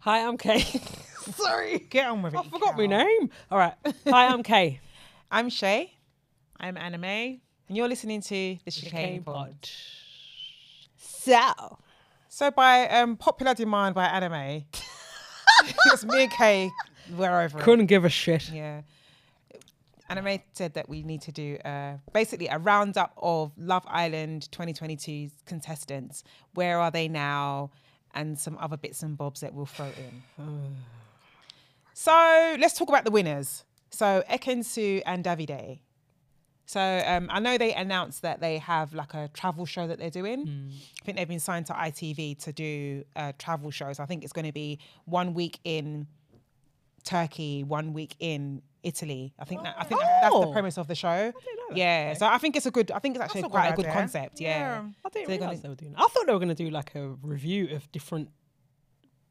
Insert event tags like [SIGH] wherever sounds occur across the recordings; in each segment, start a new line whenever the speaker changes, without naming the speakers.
Hi, I'm Kay. [LAUGHS] Sorry. Oh,
Get on with it.
I
you
forgot my
cow.
name. All right. Hi,
[LAUGHS]
I'm Kay.
I'm Shay. I'm anime, and you're listening to the Chicane Pod.
So.
So, by um, popular demand by
[LAUGHS]
anime, it's me and Kay. We're over it.
Couldn't give a shit.
Yeah. Anime said that we need to do uh, basically a roundup of Love Island 2022's contestants. Where are they now? And some other bits and bobs that we'll throw in. so let's talk about the winners. So Ekensu and Davide. So um, I know they announced that they have like a travel show that they're doing. I think they've been signed to ITV to do a travel show. So I think it's going to be one week in Turkey, one week in Italy. I think that, I think that- that's the
Oh.
premise of the show.
know that,
Yeah, so I think it's a good. I think it's actually a good quite a good idea. concept. Yeah, Yeah.
I didn't
They're
realize
gonna-
they were doing. That. I thought they were going to do like a review of different.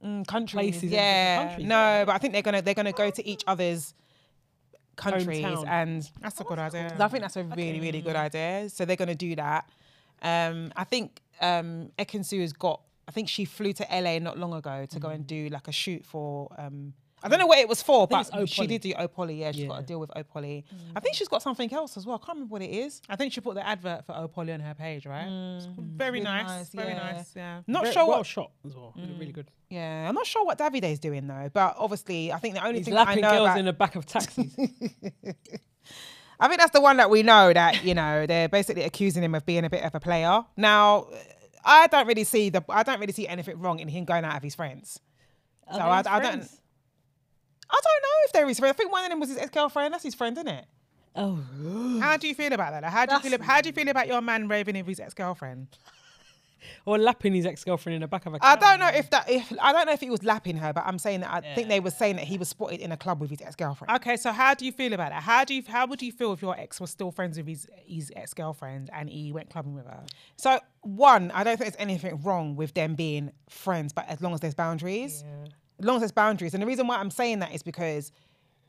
Mm, countries.
Places in different
yeah,
countries,
no,
yeah.
but I think they're gonna they're gonna go to each other's countries,
Hometown.
and that's a good idea. I think that's a really really good idea. So they're gonna do that. Um, I think um, Ekansu has got. I think she flew to LA not long ago to go and do like a shoot for. Um, I don't know what it was for,
think
but
it's
she
Opoly.
did do Opoly. Yeah, she's got a
Yeah.
deal with Opoly. I think she's got something else as well. I can't remember what it is.
I think she put the advert for Opoly on her page, right? It's Very
Really
nice,
nice,
very
yeah.
nice. Yeah.
Not
Very
sure
well
what.
shot as well. Really,
Mm.
Really good.
Yeah, I'm not sure what Davide's doing though. But obviously, I think the only
He's
thing that I
lapping
know
girls
about
in the back
[LAUGHS]
of taxis.
I think that's the one that we know that you know they're basically accusing him of being a bit of a player. Now, I don't really see the I don't really see anything wrong in him going out of his friends.
Are
So I-
they
I don't-
friends?
I don't know if they're his friend. I think one of them was his ex girlfriend. That's his friend, isn't it?
Oh,
How do you feel about that? Like, how do you feel?
That's-
How do you feel about your man raving with his ex girlfriend?
or lapping his ex-girlfriend in the back of a
I
cab.
don't know if that if I don't know if he was lapping her, but I'm saying that I think they were saying that he was spotted in a club with his ex girlfriend.
Okay, so how do you feel about that? How do you? How would you feel if your ex was still friends with his his ex girlfriend and he went clubbing with her?
So one, I don't think there's anything wrong with them being friends, but as long as there's boundaries. As long as there's boundaries. And the reason why I'm saying that is because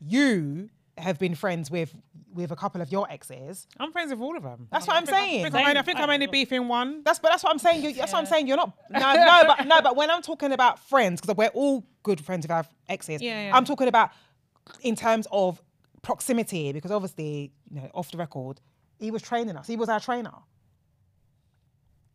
you have been friends with with a couple of your exes.
I'm friends with all of them.
That's what I'm
Oh, I
saying.
think I'm only, I think I'm only
Same.
beefing one.
That's but that's what I'm saying. You, that's what I'm saying.
[LAUGHS]
You're not no no but no but when I'm talking about friends because we're all good friends with our exes.
Yeah, yeah.
I'm talking about in terms of proximity because obviously you know off the record he was training us. He was our trainer.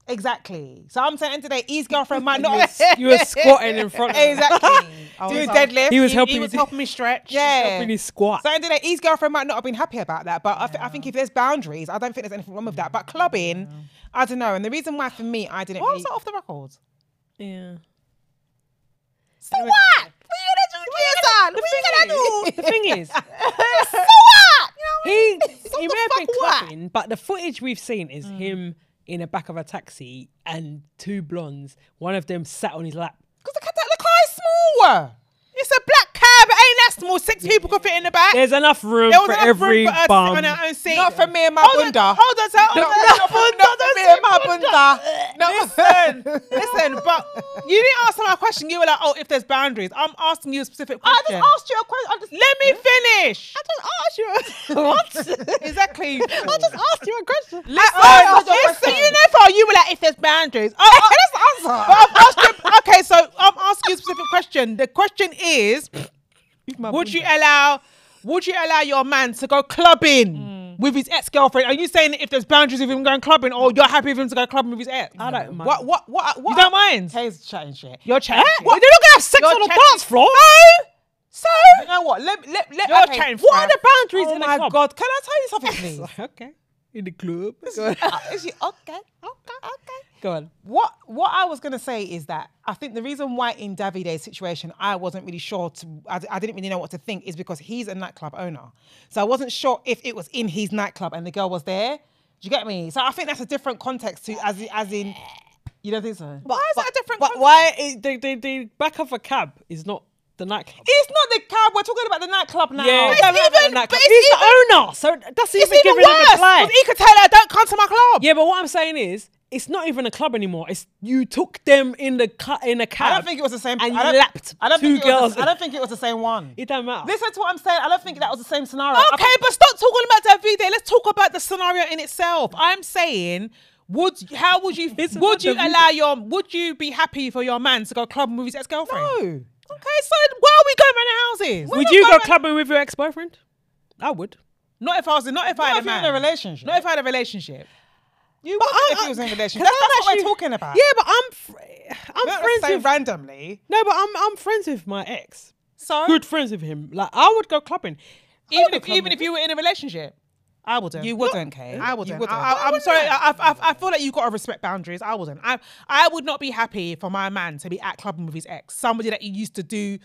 Exactly. So I'm saying today his girlfriend might not
[LAUGHS]
You were squatting in front. of him.
[LAUGHS] exactly do
was-
deadlift.
He was
He,
helping.
he was
his-
helping me
[LAUGHS]
stretch.
yeah.
helping his squat.
So ended E's girlfriend might not have been happy about that, but I, th- I think if there's boundaries, I don't think there's anything wrong with that. But clubbing, I don't know. And the reason why for me, I didn't.
Why
really-
was that off the record?
Yeah.
So what? What are you gonna do, Jason? What are you gonna
The thing is,
[LAUGHS] So what?
he
[LAUGHS] So
he
the
may have been
fuck what? Mm.
clapping, but the footage we've seen is him in the back of a taxi and two blondes. One of them sat on his lap.
Because the, the, the car is small. It's a black cab. It ain't that small. Six people could fit in the back.
There's enough room
There was
for
enough
every
room for us to sit
bum.
On our own seat.
Not for me and my bunda.
Hold on, sir. Hold
Not
on.
not for not for me and my bunda. [LAUGHS]
Listen,
No.
listen, but you didn't answer my question. You were like, oh, if there's boundaries. I'm asking you a specific
I
question.
just asked you a question. I just
Let
[LAUGHS]
me finish.
I just asked you.
[LAUGHS]
what?
Exactly.
I just asked you a question.
Listen,
I asked you a
listen,
question.
you know, for you were like, if there's boundaries. Oh, oh,
That's the answer.
but I've asked you, okay, so I'm asking you a specific question. The question is, would you allow, would you allow your man to go clubbing
Mm.
with his ex-girlfriend? Are you saying that if there's boundaries with him going clubbing, or you're happy with him to go clubbing with his ex?
I don't mind.
What? What? What? what
You don't mind?
Kay's chatting shit.
You're chatting. shit.
What? They're not gonna have sex
You're
on the
chatting-
dance floor.
So you know what? Let let let.
You're chatting
What are
crap.
the boundaries
Oh
in the
my
club? God! Can I tell you something, please?
okay. In the club.
[LAUGHS] Uh, is she- okay, okay, okay.
Go on.
What what I was gonna say is that I think the reason why in Davide's situation I wasn't really sure to I, I didn't really know what to think is because he's a nightclub owner, so I wasn't sure if it was in his nightclub and the girl was there. Do you get me? So I think that's a different context to as in- as in you don't think so?
Why
is that a different
But
concept?
why is the, the, the back of a cab is not the nightclub?
It's not the cab. We're talking about the nightclub now.
Yeah,
It's
don't have it in
even-
that
but
club.
it's
he's
even-
the owner, so that's even,
it's e- even
giving him a
worse.
play.
'cause He could tell her, "Don't come to my club."
Yeah, but what I'm saying is, it's not even a club anymore. It's you took them in the ca- in a cab.
I don't think it was the same.
And
I
you
don't,
lapped
I don't
two
think it
girls.
Was, the- I don't think it was the same one.
It don't matter.
Listen to what I'm saying. I don't think that was the same scenario. I
Okay, but stop talking about Davide. Let's talk about the scenario in itself. I'm saying,
Would how would you
It's
would you
not the-
allow your would you be happy for your man to go clubbing with his ex girlfriend?
No.
Okay, so why are we going around houses? We're
Would
not
you go
going-
clubbing with your ex boyfriend? I would.
Not if I was not if I
Not
had
if
a
you're in
man.
a relationship.
Not if I had a relationship.
You
But
wouldn't
I-
if he
I-
was in a
can I
relationship. That's not what
actually-
we're talking about.
Yeah, but I'm fr- I'm
Not
friends
say
with
randomly.
no, but I'm I'm friends with my ex.
So
Good friends with him. Like I would go clubbing.
even if even if you were in a relationship,
I wouldn't.
You
You
wouldn't,
wouldn't,
Kate.
Kate.
I wouldn't.
You wouldn't.
I, I, am sorry. I, I, I- I feel like you've got to respect boundaries. I wouldn't. I I would not be happy for my man to be at clubbing with his ex, somebody that he used to do.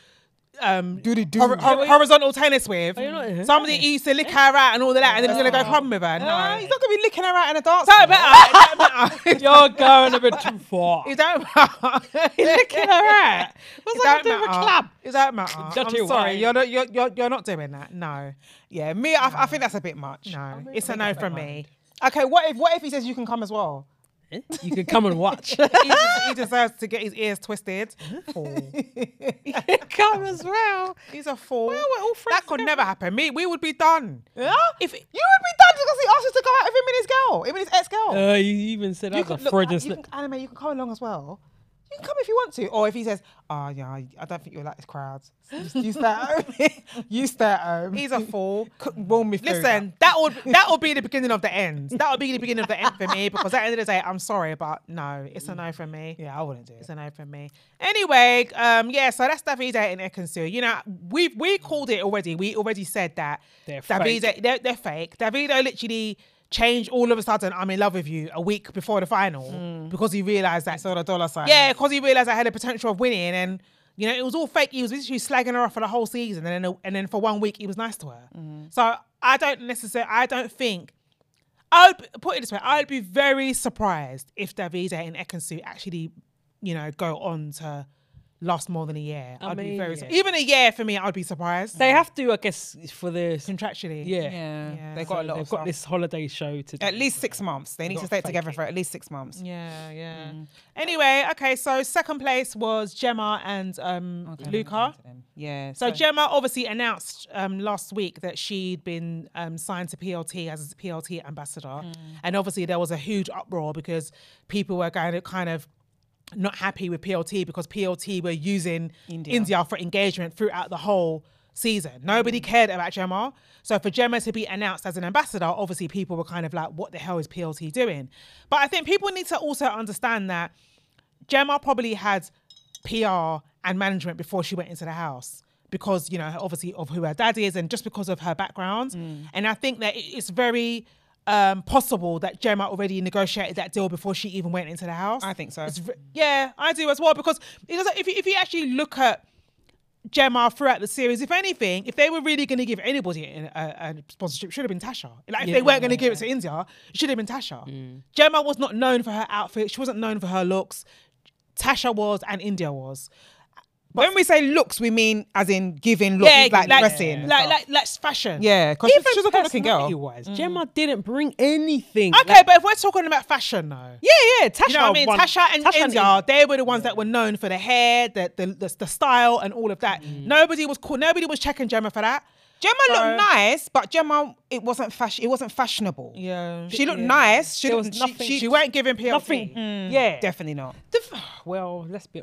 Um,
Doody doo.
hor- hor- horizontal tennis with
Oh,
you're not-
somebody he used to lick her out and all of that, and then he's gonna go clubbing with her. No,
Nah, Oh. Ah, he's
he's
not gonna be licking her out in a dance.
not
[LAUGHS]
better. It don't matter.
You're going a bit too far.
It don't [LAUGHS] matter.
You're licking
[LAUGHS]
her out. What's
It
that
don't
to do with a
matter.
club?
It don't matter.
Don't
I'm
you
sorry.
worry.
You're not. You're, you're you're not doing that. No.
Yeah, me. I, I think that's a bit much.
No. It's a no from me.
Okay, what if what if he says you can come as well?
You can come and
[LAUGHS]
watch. [LAUGHS]
He des- he deserves to get his ears twisted.
come as
[LAUGHS]
well.
He's a fool.
we're all friends
that could never happen. Me, we would be done.
Yeah.
If
You would be done because he asked you to go out with him and his girl, him and his ex girl.
Uh, you even said I
you
got
look,
Freudian
you
slip.
can, anime, you can come along as well. You can come if you want to, or if he says, "Oh yeah, I- I don't think you'll like this crowd. You-
[LAUGHS]
You stay at home. [LAUGHS] you stay at home.
he's a fool.
[LAUGHS] Cook- warm me food up.
Listen, that would that would be the beginning of the end. That would be the beginning of the end for me because at the end of the day, I'm sorry, but no, it's a no from me.
Yeah, I wouldn't do
It's
it.
a no from me. Anyway, um, yeah, so that's Davide and Ekansu. You know, we we called it already. We already said that
They're
Davide
fake.
They're, they're fake. Davido literally changed all of a sudden. I'm in love with you a week before the final because he realized that
So Hmm. the dollar sign.
Yeah, because he realised I had the potential of winning, and you know it was all fake. He was literally slagging her off for the whole season, and then and then for one week he was nice to her.
Mm-hmm.
So I don't necessarily, I don't think. I would p- put it this way: I'd be very surprised if Davide and Ekansu actually, you know, go on to last more than a year. I would be
mean,
very
yeah.
even a year for me. I'd be surprised
They have to, I guess, for the
contractually.
yeah.
yeah.
Yeah,
They
so
got a lot.
They've
Of
got
stuff.
this holiday show to do.
At least six months. They need to
gotta
stay
fake
together
it.
for at least six months.
Yeah, yeah. Anyway, okay, so second place was Gemma and um, Luca.
Yeah.
So Gemma obviously announced um, last week that she'd been um, signed to PLT as a PLT ambassador, and obviously there was a huge uproar because people were kind of kind of not happy with PLT because PLT were using India, for engagement throughout the whole season. Nobody cared about Gemma, so for Gemma to be announced as an ambassador, obviously people were kind of like, "What the hell is PLT doing?" But I think people need to also understand that Gemma probably had PR and management before she went into the house because, you know, obviously of who her dad is and just because of her background.
Mm.
And I think that it- it's very um, possible that Gemma already negotiated that deal before she even went into the house.
I think so.
It's ve- yeah, I do as well because it doesn't, if, you, if you actually look at Gemma throughout the series, if anything, if they were really going to give anybody an- a, a sponsorship, it should have been Tasha. Like, if they weren't going to give it to India, it should have been Tasha.
Mm.
Gemma was not known for her outfit. She wasn't known for her looks. Tasha was and India was.
when we say looks, we mean as in giving looks, like, dressing, and
like
stuff.
like like fashion.
yeah, because
Even
she's a good-looking girl.
personality-wise, Gemma didn't bring anything.
Okay, but if we're talking about fashion, though.
yeah, yeah. Tasha,
You know what I mean?
won-
Tasha and India,
India.
they were the ones that were known for the hair, the the, the, the style, and all of that. Nobody was cool. Nobody was checking Gemma for that.
Mm. Gemma
So-
looked nice, but Gemma, it wasn't fashion. It wasn't fashionable.
Yeah,
She looked nice. She
There
looked,
was
she-
nothing-
She,
she weren't giving PLT.
nothing. Yeah.
Mm. definitely not.
The f- well, let's be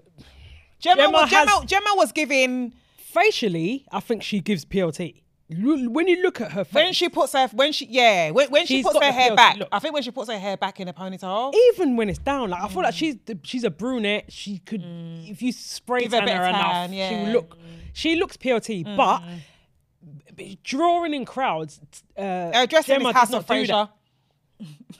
Gemma,
Gemma
was, Gemma,
has-
Gemma was giving
facially. I think she gives PLT. Lo- When you look at her face,
when she puts her when she yeah when, when she
She's
puts
got
her
the
hair
PLT
back.
look.
I think when she puts her hair back in a ponytail.
even when it's down, like I
Mm.
feel like she's the- she's a brunette. She could, if you spray
Give her a
tan
bit of
her enough,
tan,
she
yeah. Mm.
will look. She looks PLT, but b- drawing in crowds. t- Uh,
Her dressing
Gemma
is
does
House
not
of
do that.
Fraser.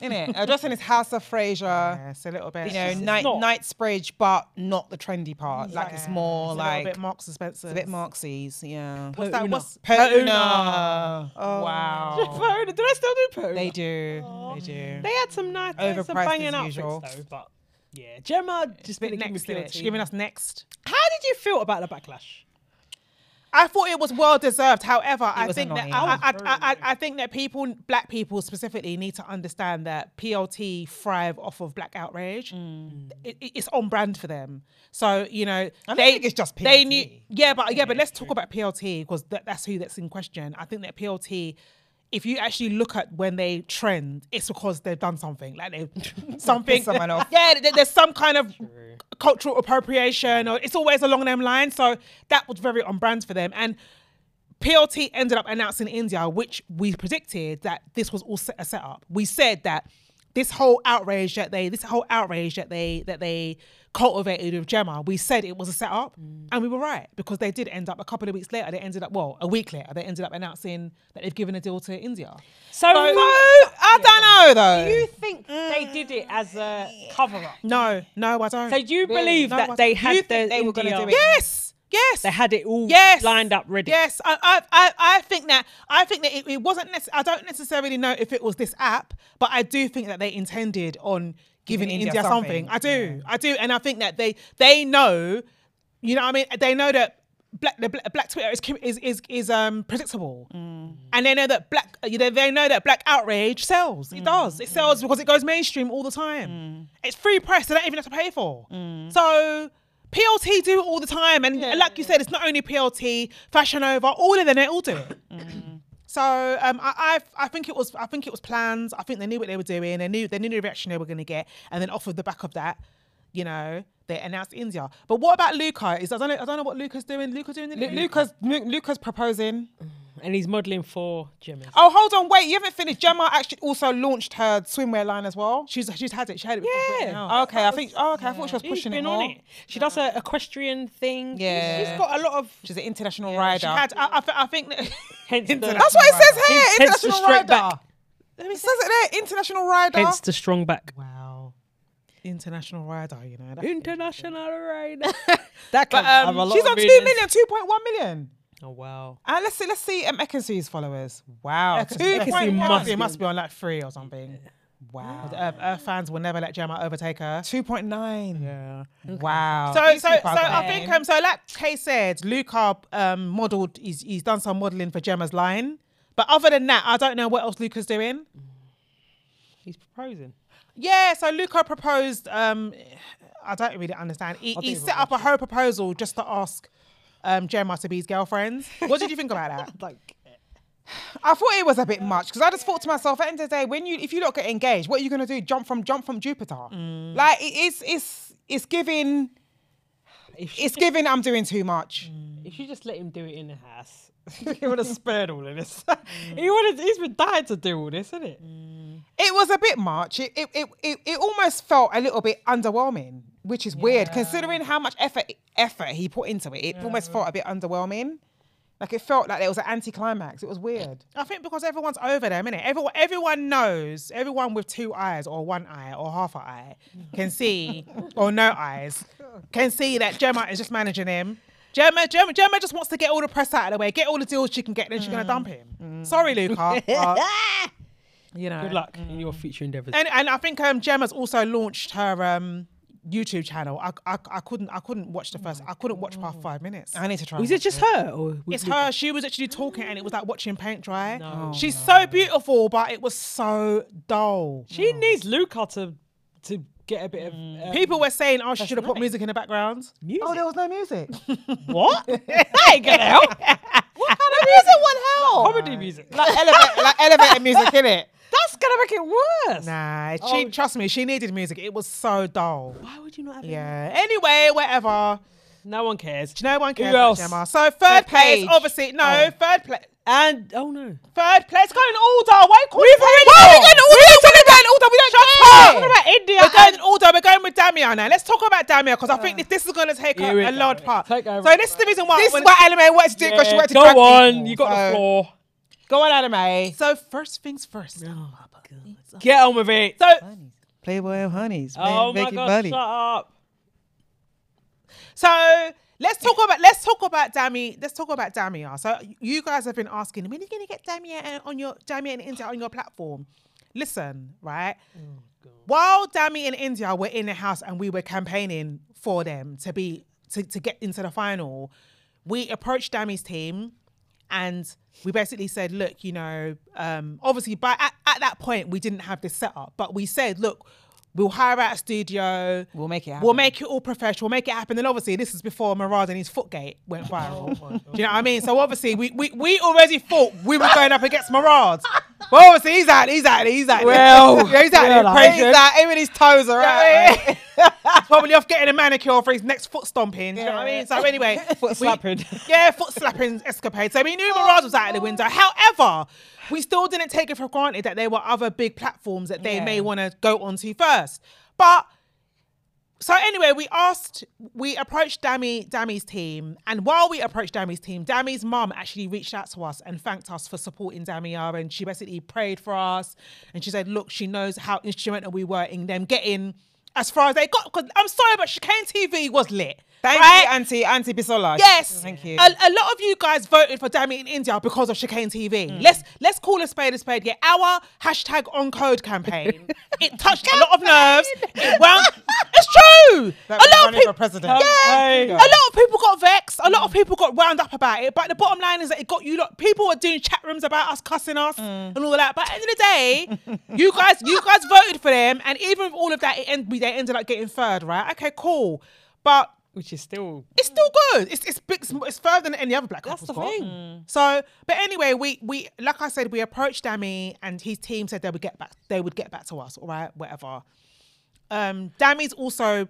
Innit? Her [LAUGHS] dressing is House of Fraser.
Yeah, it's a little bit.
You know,
it's
night,
not-
Knight's Bridge, but not the trendy part. Like it's more
a
like
little bit Marks and Spencer.
a bit Marxies. Yeah.
What's that?
Peruna.
What's
Peruna.
Oh. Wow.
Peruna, do they still do Peruna?
They do.
they do.
They had some nice, they had some
Overpriced
banging
as
outfits
usual.
though. But yeah, Gemma just
Bit
didn't give me
next to it.
PLT.
She's giving us next.
How did you feel about the backlash?
I thought it was well deserved. However, I
was
think that
annoying.
I, I,
That was very
I, I, I think that people, black people specifically, need to understand that PLT thrive off of black outrage. It, it- it's on brand for them. So you know,
Mm. don't
they
think it's just
They
PLT.
knew, yeah, but yeah, but let's talk about PLT because that, that's who that's in question. I think that PLT if you actually look at when they trend, it's because they've done something. Like
[LAUGHS]
they've something.
someone off.
[LAUGHS] Yeah, there- there's some kind of cultural appropriation, or it's always along them lines. So that was very on brand for them. And PLT ended up announcing in India, which we predicted that this was all set, a setup. We said that this whole outrage that they, this whole outrage that they that they cultivated with Gemma, we said it was a setup,
Mm.
and we were right because they did end up a couple of weeks later. They ended up well, a week later, they ended up announcing that they've given a deal to India.
So, uh,
I don't know
Do
though.
you think they did it as a cover up?
No, no, I don't.
so do you believe
No, I
that they
don't.
had
You
the
think they were gonna
India-
do it?
yes, yes,
They had it all
Yes.
lined up ready.
Yes, I, I, I, I think that I think that it, it wasn't. Nece- I don't necessarily know if it was this app, but I do think that they intended on giving,
Giving
India,
India
something.
something,
I do, I do, and I think that they they know, you know, what I mean, they know that black the black, black Twitter is com- is is, is um predictable, and they know that black you know, they know that black outrage sells.
Mm,
It does. It sells because it goes mainstream all the time. It's free press. They don't even have to pay for.
Mm.
So. PLT do it all the time, and like you said, it's not only PLT, Fashion Over, all of them, they all do it.
Mm.
So um, I, I I think it was I think it was plans. I think they knew what they were doing. They knew they knew the reaction they were going to get, and then off of the back of that, you know, they announced India. But what about Luca? Is I don't know, I don't know what Luca's doing. Luca doing the
Luca's Lu- Luca's proposing.
And he's modeling for Jimmy.
Oh, hold on, wait, you haven't finished. Gemma actually also launched her swimwear line as well.
She's she's had it. She had it. before Britney now.
Oh, okay, I think. Oh, okay, I thought she was
She's
pushing
been
it
on
more.
it. She does a equestrian thing. She's-
Yeah.
She's got a lot of.
She's an international rider.
She had. I, I, thi- I think.
[LAUGHS]
That,
Hence the,
That's what it says here.
Hence- hence the
international
straight
rider.
back.
It says it there. International rider.
Hence the strong back.
wow, international rider. You know. That,
[LAUGHS]
International rider. that
But,
comes
um, she's on two million, two point one million.
Oh wow.
And let's see, let's see um, Ekansu's followers. Wow, two
Ekansu
point
must
one.
it must be on like three or something.
Wow,
Uh, her fans will never let Gemma overtake her.
two point nine.
Yeah.
Wow.
So,
These
so, so
people are
I
getting-
think um, so like Kay said, Luca um modelled. He's he's done some modelling for Gemma's line, but other than that, I don't know what else Luca's doing.
He's proposing.
Yeah, so Luca proposed. Um, I don't really understand. He, he set up a whole proposal just to ask um Gemma to be his girlfriend. What did you think about that?
Like
I thought it was a bit much because I just thought to myself, at the end of the day, when you if you don't get engaged, what are you gonna do? Jump from jump from Jupiter? Like it is it's it's giving
if she,
it's giving I'm doing too much.
if you just let him do it in the house, [LAUGHS] he would have spared all of this. [LAUGHS] he would have. He's been dying to do all this, isn't it?
It was a bit much. It it, it, it it almost felt a little bit underwhelming, which is weird considering how much effort effort he put into it. It almost felt a bit underwhelming. Like it felt like it was an anticlimax. It was weird.
I think because everyone's over them, innit? Everyone, everyone knows. Everyone with two eyes or one eye or half an eye can
[LAUGHS]
see, or no eyes, can see that Gemma is just managing him. Gemma, Gemma, Gemma just wants to get all the press out of the way, get all the deals she can get, then she's gonna
Mm.
dump him. Sorry,
[LAUGHS]
Luca. but, you know.
Good luck in your future endeavours.
And and I think um, Gemma's also launched her um, YouTube channel. I, I I couldn't I couldn't watch the first. I couldn't watch past five minutes.
I need to try.
Was
and
it just her? Or was
It's
it-
her. She was actually talking, and it was like watching paint dry.
No.
She's so beautiful, but it was so dull.
She needs Luca to to get a bit of uh,
People were saying, "Oh, she should have put music in the background."
music.
Oh, there was no [LAUGHS] music.
[LAUGHS] what? that ain't gonna help.
Oh,
Comedy music.
like elevator, like elevator music, innit?
That's gonna make it worse.
Nah, she trust me. She needed music. It was so dull.
Why would you not have it?
Yeah. Anyway, whatever.
No one cares.
No one cares.
Who
about
else?
Gemma. So third place,
page.
obviously. No, third place.
And oh no.
Third place. Go in order. Why call
We've already Why are we going to order? We're going to go in order. We don't
We're
care.
talking about India. We're going in order. We're going with Damia now. Let's talk about Damia because I think this, this is going to take
Here we
a, a
go.
large part.
Take
so
over.
this is the reason why. I
This is
wanna-
why anime works to do because she
Yeah,
worked to
Uh, go
drag
on.
people.
You got
So,
the floor.
Go on, anime.
so first things first.
Get on with it.
So
Playboy and honeys.
oh my god, shut up.
So let's talk about let's talk about Dami. Let's talk about Damia. So you guys have been asking when are you going to get Damia and- on your Damia and India on your platform? Listen, right? While Dami and India were in the house and we were campaigning for them to be to, to get into the final, we approached Dami's team and we basically said, look, you know, um, obviously, by at, at that point we didn't have this set up, but we said, look, We'll hire out a studio.
We'll make it
We'll
happen.
make it all professional. We'll make it happen. And obviously, this is before Mirage and his footgate went viral. Do you know what I mean? So obviously, we, we, we already thought we were going up against Mirage. Well, obviously, he's out. He's out. He's out.
Well,
[LAUGHS] yeah, he's out.
yeah,
there
like-
praising that.
Even his toes are
Yeah,
out.
yeah, yeah. He's probably off getting a manicure for his next foot stomping. Do you know what I mean? So anyway,
[LAUGHS] Foot slapping.
yeah, foot slapping escapade. So we knew Mirage was out of the window. However, we still didn't take it for granted that there were other big platforms that they
Yeah.
may want to go onto first. But so anyway, we asked, we approached Dammy, Dammy's team, and while we approached Dammy's team, Dammy's mum actually reached out to us and thanked us for supporting Dammy R, and she basically prayed for us, and she said, "Look, she knows how instrumental we were in them getting as far as they got." Because I'm sorry, but Chicane TV was lit.
[LAUGHS] Thank
right?
you, Auntie Auntie Bisola.
Yes.
Thank you.
A, a lot of you guys voted for Dammy in India because of Chicane TV.
Mm.
Let's let's call a spade a spade. Yeah, our hashtag on code campaign.
[LAUGHS]
it touched a lot of nerves. It wound, it's true.
That
a lot
was
of
running for
people.
president.
Yeah,
Campaign.
a lot of people got vexed. A lot
Mm.
of people got wound up about it. But the bottom line is that it got you. Lot, people were doing chat rooms about us, cussing us, and
Mm.
all that. But at the end of the day, you guys, you guys voted for them, and even with all of that, it end, we they ended up getting third, right? Okay, cool. But
Which is still
it's still good. It's it's big, it's further than any other black
That's
couple's
the
got. So, but anyway, we we like I said, we approached Dammy and his team said they would get back. They would get back to us. All right, whatever. Um, Dammy's also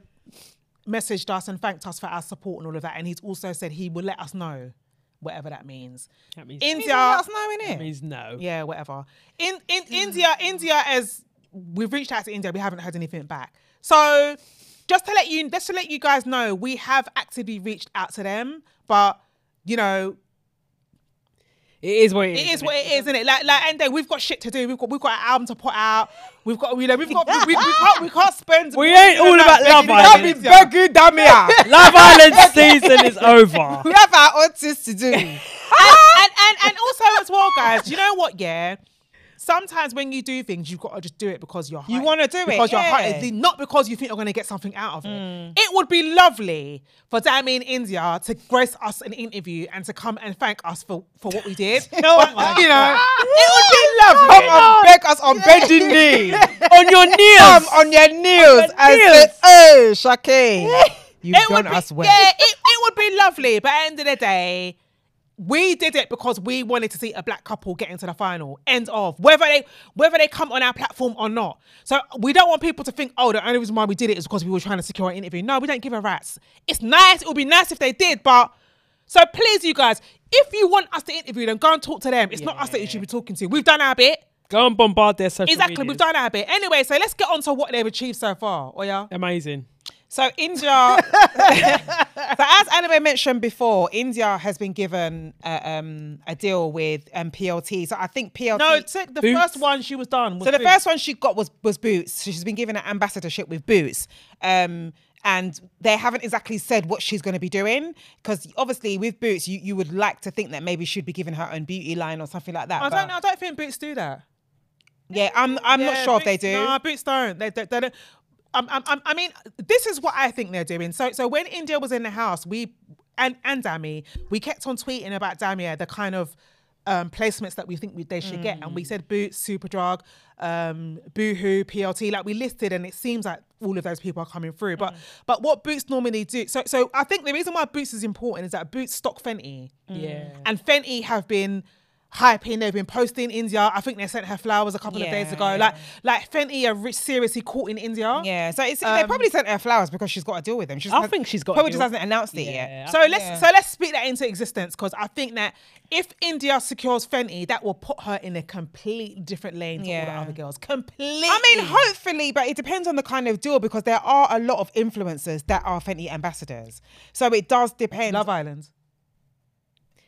messaged us and thanked us for our support and all of that, and he's also said he will let us know, whatever that means.
that means,
India,
That's now in it.
means no.
yeah, whatever. In in
Mm.
India, India as we've reached out to India, we haven't heard anything back. So just to let you just to let you guys know, we have actively reached out to them, but you know,
It is what it is.
it is
isn't
what it is, isn't it? Like like and then we've got shit to do. We've got we've got an album to put out. We've got you know, we've got we, we, we can't we can't spend
We ain't all about Love
That
Island.
be Begu Damia.
[LAUGHS] Love Island season is over.
We have our own things to do. Ah!
and, and and also as well, guys, you know what, yeah? Sometimes when you do things, you've got to just do it because your heart.
You wanna do it,
because your heart
yeah. Mm.
is in- not because you think you're going to get something out of it. It would be lovely for Dami in India to grace us an interview and to come and thank us for, for what we
[LAUGHS]
did. But, [LAUGHS] you know, it would be lovely.
Come and beg us on bending knees.
on your knees.
Come on your knees and say,
knees.
"Hey, Shakay, you've
it would
done
be,
us well."
Yeah, it, it would be lovely. But at the end of the day, we did it because we wanted to see a black couple get into the final. End of whether they whether they come on our platform or not. So we don't want people to think, oh, the only reason why we did it is because we were trying to secure an interview. No, we don't give a rats. It's nice. It would be nice if they did, but so please, you guys, if you want us to interview them, go and talk to them. It's not us that you should be talking to. We've done our bit.
Go and bombard their social
Exactly,
medias.
we've done our bit. Anyway, so let's get on to what they've achieved so far. Oh yeah.
Amazing.
So
[LAUGHS]
India, so as Anime mentioned before, India has been given uh, um, a deal with um, PLT. So I think PLT.
No, t- the
Boots.
first one she was done. Was
so the
Boots.
first one she got was was Boots. She's been given an ambassadorship with Boots. Um, and they haven't exactly said what she's going to be doing because obviously with Boots, you, you would like to think that maybe she'd be given her own beauty line or something like that.
I don't.
but-
know, I don't think Boots do that.
Yeah, I'm I'm not
Yeah,
sure if they
Boots-
do.
Nah, Boots don't. They, they, they don't. Um, um, um, I mean, this is what I think they're doing. So, so when India was in the house, we and and Dami, we kept on tweeting about Damia, the kind of um, placements that we think we, they should get, and
Mm.
we said Boots, Superdrug, um, Boohoo, PLT, like we listed, and it seems like all of those people are coming through.
Mm.
But but what Boots normally do, so so I think the reason why Boots is important is that Boots stock Fenty.
Mm.
Yeah.
And Fenty have been hyping, they've been posting India. I think they sent her flowers a couple of
Yeah,
days ago. Like like Fenty are re- seriously caught in India.
yeah, so it's,
Um,
they probably sent her flowers because she's got to deal with them. She's
I think she's got a
probably just
deal.
hasn't announced it
Yeah.
yet.
So let's so let's speak that into existence because I think that if India secures Fenty, that will put her in a completely different lane to all
Yeah.
the other girls. Completely.
I mean, hopefully, but it depends on the kind of deal because there are a lot of influencers that are Fenty ambassadors. So it does depend.
Love Island.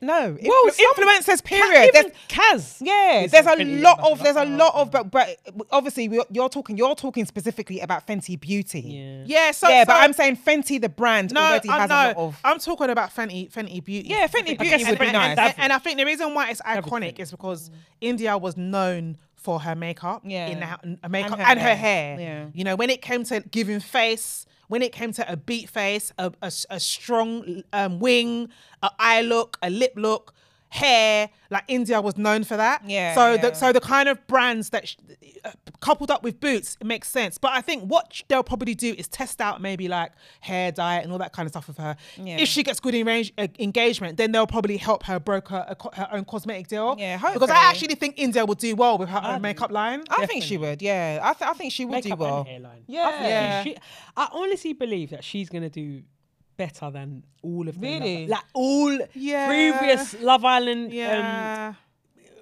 no,
Well,
influ-
some-
influencers.
Even
Period. There's-
Kaz.
yeah,
is
there's a
Fenty
lot
ambassador.
of there's a lot of but but obviously we- you're talking you're talking specifically about Fenty Beauty.
Yeah.
Yeah, so
yeah, but
so-
I'm saying Fenty the brand
no,
already
I
has a lot
know.
of
I'm talking about Fenty, Fenty Beauty.
Yeah, Fenty Beauty
guess-
would be
and,
nice.
And, and, and I think the reason why it's iconic is because India was known for her makeup,
Yeah.
in the, hou- uh, makeup
her
and her, hair.
hair. Yeah.
You know, when it came to giving face, when it came to a beat face, a, a s- a strong um, wing, a eye look, a lip look, hair. Like India was known for that.
Yeah,
So
yeah.
the so the kind of brands that sh- uh, coupled up with boots it makes sense. But I think what sh- they'll probably do is test out maybe like hair dye and all that kind of stuff with her.
Yeah.
If she gets good engage- uh, engagement, then they'll probably help her broker a co- her own cosmetic deal.
Yeah,
Because
hopefully.
I actually think India will do well with her own makeup line.
I think she would. Yeah, I, th- I think she would do
Makeup and
well.
hairline.
Yeah.
I, think she-
Yeah.
she- I honestly believe that she's gonna do better than all of them.
Really?
Like all
Yeah.
previous Love Island um,
yeah.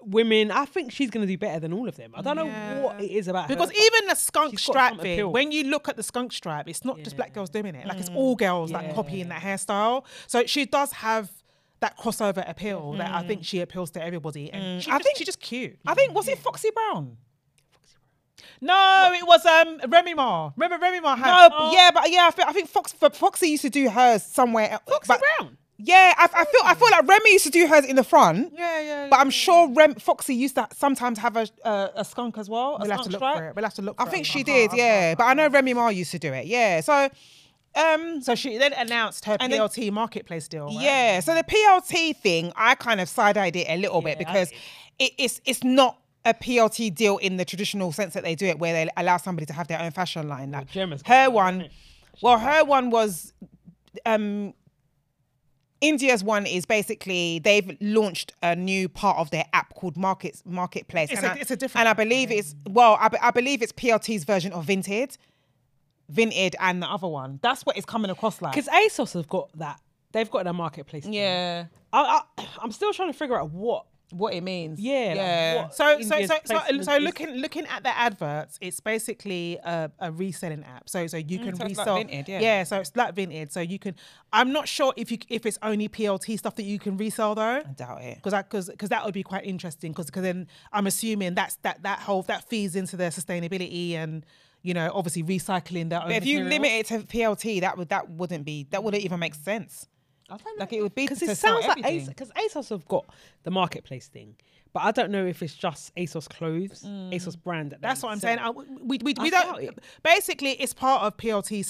women. I think she's gonna do better than all of them. I don't know what it is about her,
Because
but-
even the skunk
She's got
stripe
some
thing,
appeal.
when you look at the skunk stripe, it's not just black girls doing it. Like
Mm.
it's all girls like copying that hairstyle. So she does have that crossover appeal that I think she appeals to everybody. And she
Mm. I
just,
think-
she's just cute.
I think was it Foxy Brown?
no, it was um Remy Ma. Remember Remy Ma?
No,
Had,
but yeah, but yeah, I, feel, I think Fox, but Foxy used to do hers somewhere. el-
Foxy
but-
Brown.
Yeah, I, I feel I feel like Remy used to do hers in the front.
Yeah, yeah.
But I'm sure Rem, Foxy used to sometimes have a a, a skunk as well. a
we'll have to
skunk
look
stripe.
for it. We'll have to look.
I
for
think
it. Uh-huh,
she did, yeah. But I know Remy Ma used to do it, yeah. So, um,
So she then announced her
And then-
PLT marketplace deal. right?
yeah. So the PLT thing, I kind of side eyed it a little bit because it, it's it's not a PLT deal in the traditional sense that they do it, where they allow somebody to have their own fashion line. Like
Gemma's got
her
that,
one, well, her one was, um, India's one is basically they've launched a new part of their app called Markets Marketplace.
It's
and
a-
I-
it's a different
And I
app,
believe it's well, I, be- I believe it's PLT's version of Vinted, Vinted, and the other one.
That's what it's coming across like.
Because ASOS have got that. They've got their marketplace. thing. I, I, I'm still trying to figure out what.
what it means.
Yeah, like,
yeah.
what-
So, so,
India's
so, so,
placement
so
is-
looking looking at the adverts, it's basically a, a reselling app. So, so you can
Mm, so it's like
resell.
Vinted, yeah.
so it's like Vinted. So you can. I'm not sure if you if it's only PLT stuff that you can resell though,
I doubt it.
because because because that would be quite interesting. Because then I'm assuming that's that that whole that feeds into their sustainability and you know obviously recycling their own.
But if you
material.
limit it to PLT, that would that wouldn't be that wouldn't even make sense.
I don't know.
Like it would be
because
to
it
sell
sounds like ASOS,
everything.
because ASOS have got the marketplace thing, but I don't know if it's just ASOS clothes,
Mm.
ASOS brand. That they
That's what I'm
sell.
saying. I, we we,
I
we
doubt
don't.
it.
Basically, it's part of PLT's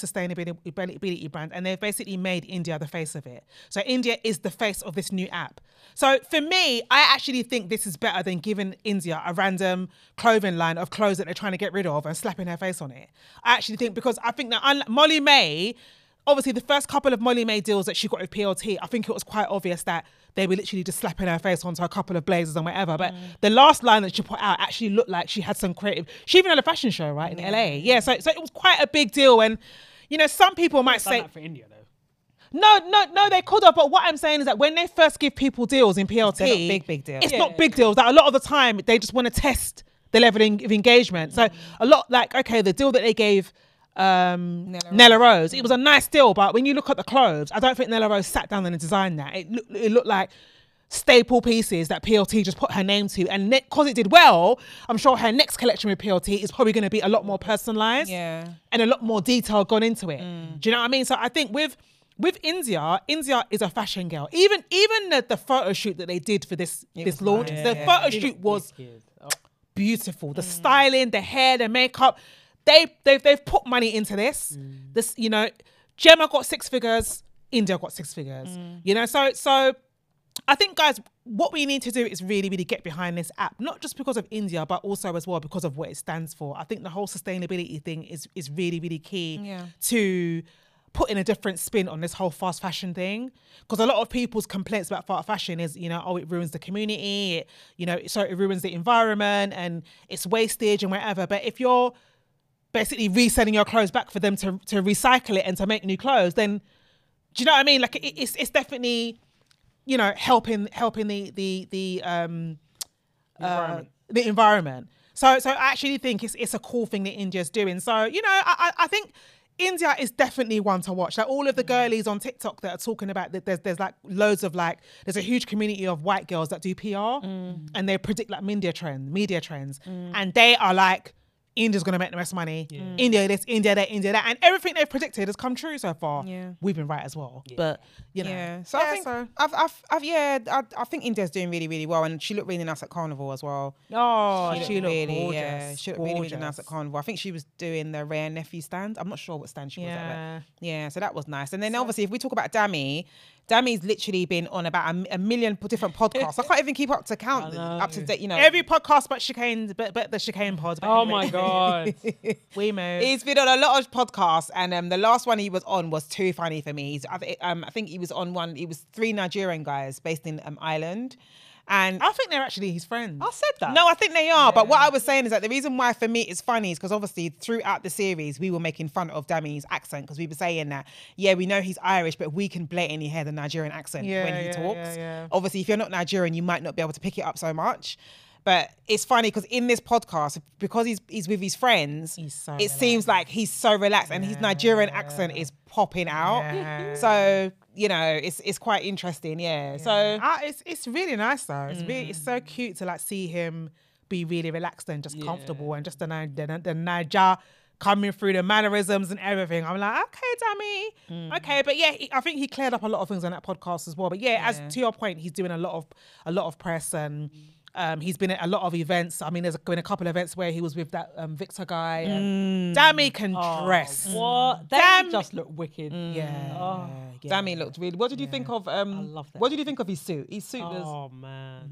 sustainability brand, and they've basically made India the face of it. So India is the face of this new app. So for me, I actually think this is better than giving India a random clothing line of clothes that they're trying to get rid of and slapping her face on it. I actually think because I think that unlike Molly May. Obviously, the first couple of Molly May deals that she got with PLT, I think it was quite obvious that they were literally just slapping her face onto a couple of blazers and whatever. But the last line that she put out actually looked like she had some creative. She even had a fashion show, right, in LA. Yeah, so so it was quite a big deal. And you know, some people might
Done
say
that for India though.
no, no, no, they could have. But what I'm saying is that when they first give people deals in PLT,
They're not big, big deals.
It's not big deals. Like a lot of the time, they just want to test the level en- of engagement. So a lot like okay, the deal that they gave. Um,
Nella
Nella, Rose. It was a nice deal, but when you look at the clothes, I don't think Nella Rose sat down and designed that. It, look, it looked like staple pieces that PLT just put her name to, and because it did well, I'm sure her next collection with PLT is probably going to be a lot more personalized
Yeah.
and a lot more detail gone into it. Do you know what I mean? So I think with with India, India is a fashion girl. Even even the, the photo shoot that they did for this this launch, the photo shoot was Oh. beautiful. The styling, the hair, the makeup. They they've they've put money into this.
Mm.
This you know, Gemma got six figures. India got six figures. You know, so so I think, guys, what we need to do is really, really get behind this app, not just because of India, but also as well because of what it stands for. I think the whole sustainability thing is is really, really key
Yeah.
to putting a different spin on this whole fast fashion thing. Because a lot of people's complaints about fast fashion is, you know, oh, it ruins the community, it, you know, so it ruins the environment and it's wastage and whatever. But if you're basically reselling your clothes back for them to, to recycle it and to make new clothes, then do you know what I mean? Like it, it's it's definitely, you know, helping helping the the the um environment. the environment. So so I actually think it's it's a cool thing that India's doing. So you know I I, I think. India is definitely one to watch. Like all
Mm.
of the girlies on TikTok that are talking about that, there's there's like loads of like there's a huge community of white girls that do PR
Mm.
and they predict like media trends, media trends, and they are like India's gonna make the most money. India this, India that, India that, and everything they've predicted has come true so far.
Yeah.
We've been right as well, but you know,
Yeah. So I think
so.
I've, I've, I've, yeah, I, I think India's doing really, really well, and she looked really nice at Carnival as well.
Oh, she, looked
really,
gorgeous.
yeah, she looked really, really
gorgeous.
nice at Carnival. I think she was doing the Rare Nephew stand. I'm not sure what stand she was at,
Yeah.
but yeah, so that was nice. And then obviously, if we talk about Dami, Dami's literally been on about a, a million p- different podcasts. I can't even keep up to count up to date. You know,
Every podcast but chicane, but, but the chicane pod. But
Oh
anyway. [LAUGHS]
my [LAUGHS] god.
We move.
He's been on a lot of podcasts, and um, the last one he was on was too funny for me. He's, I, thi- um, I think he was on one. It was three Nigerian guys based in um, Ireland, and
I think they're actually his friends.
I said that.
no, I think they are. But what I was saying is that the reason why for me it's funny is because obviously throughout the series we were making fun of Dami's accent because we were saying that yeah we know he's Irish, but we can blatantly hear the Nigerian accent
Yeah,
when he
yeah, yeah,
talks.
yeah.
Obviously, if you're not Nigerian, you might not be able to pick it up so much. But it's funny because in this podcast, because he's he's with his friends,
He's so
it
relaxed.
seems like he's so relaxed, and his Nigerian accent is popping out.
Yeah.
So you know, it's it's quite interesting, yeah. So Mm.
Ah, it's it's really nice though. It's really it's so cute to like see him be really relaxed and just comfortable and just the Ni- the, the Niger coming through the mannerisms and everything. I'm like, okay, Dammy, okay, but yeah, he- I think he cleared up a lot of things on that podcast as well. But yeah, as to your point, he's doing a lot of a lot of press and.
Mm.
Um, he's been at a lot of events. I mean, there's been a couple of events where he was with that um, Victor guy.
Mm.
and Dammy can dress. Mm.
What? They
Damn. Oh.
just look wicked.
Yeah.
Oh. Dami looked really. What did you think of? Um,
love that.
What did you think of his suit? His suit was.
Oh man.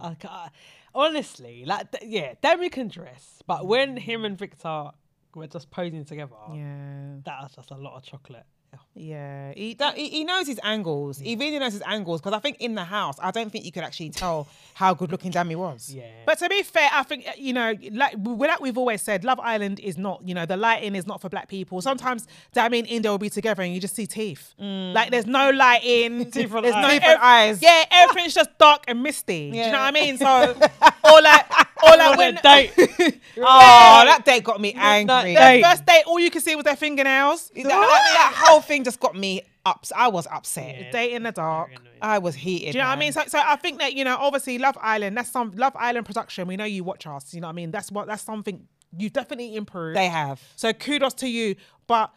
I ca- uh, honestly, like th- yeah, Demi can dress, but when him and Victor were just posing together,
Yeah.
that was just a lot of chocolate.
Yeah. He,
that he, he knows his angles.
Mm.
He really knows his angles because I think in the house, I don't think you could actually tell how good looking Dami was.
Yeah.
But to be fair, I think uh, you know, like w- like we've always said, Love Island is not, you know, the lighting is not for black people. Sometimes Dami and India will be together and you just see teeth. Like there's no lighting, teeth
and
there's no
eyes.
Teeth and eyes.
Yeah, everything's just dark and misty. Do you know what I mean? So, or like,
[LAUGHS]
or
On
like
a
when
date.
Oh, that date got me angry.
date.
first day, all you can see was their fingernails.
That, that- that whole thing just got me ups. I was upset.
Date in [LAUGHS] the dark.
I was heated.
Do you know
man.
what I mean? So, so I think that you know, obviously, Love Island. That's some Love Island production. We know you watch us. You know what I mean? That's what. That's something you definitely improved.
They have.
So kudos to you, but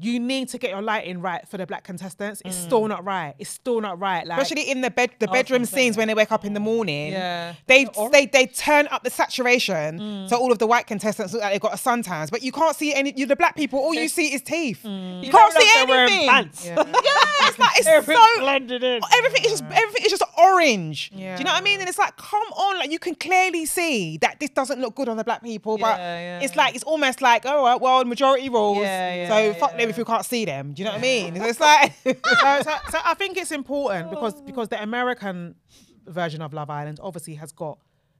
you need to get your lighting right for the black contestants. It's
Mm.
still not right. It's still not right.
[LAUGHS]
Like
Especially in the bed, the bedroom scenes when they wake up in the morning.
Yeah. Mm.
They they, they turn up the saturation so all of the white contestants look like they've got a suntans, but you can't see any. You the black people, all you see is teeth.
Mm.
You, can't see
They're wearing
anything.
pants.
Yeah, it's like it's
Everything
so
blended in.
Everything is just everything is just orange. Do you know what
Mm. Yeah.
I mean? And it's like, come on, like you can clearly see that this doesn't look good on the black people, but
Yeah, yeah.
it's like it's almost like, oh well, well majority rules.
Yeah, yeah,
so fuck them if you can't see them. Do you know what I mean? So It's like [LAUGHS]
so, so, so I think it's important
Oh.
because because the American version of Love Island obviously has got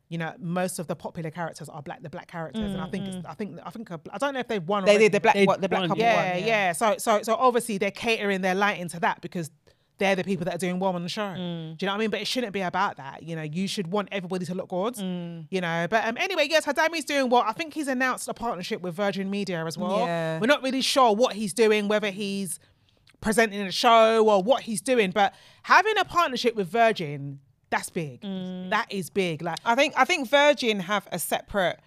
you know most of the popular characters are black the black characters and I think it's, I think I think I don't know if they've won
Mm-hmm. they
already,
did the black
They
what the black
won,
couple
yeah.
one.
yeah, yeah. So, so, so obviously they're catering their lighting to that because they're the people that are doing well on the show.
Mm.
Do you know what I mean? But it shouldn't be about that. You know, you should want everybody to look good.
Mm.
You know, but um, anyway, yes, Hadami's doing well. I think he's announced a partnership with Virgin Media as well.
Yeah.
We're not really sure what he's doing, whether he's presenting a show or what he's doing. But having a partnership with Virgin, that's big. That is big. Like,
I think I think Virgin have a separate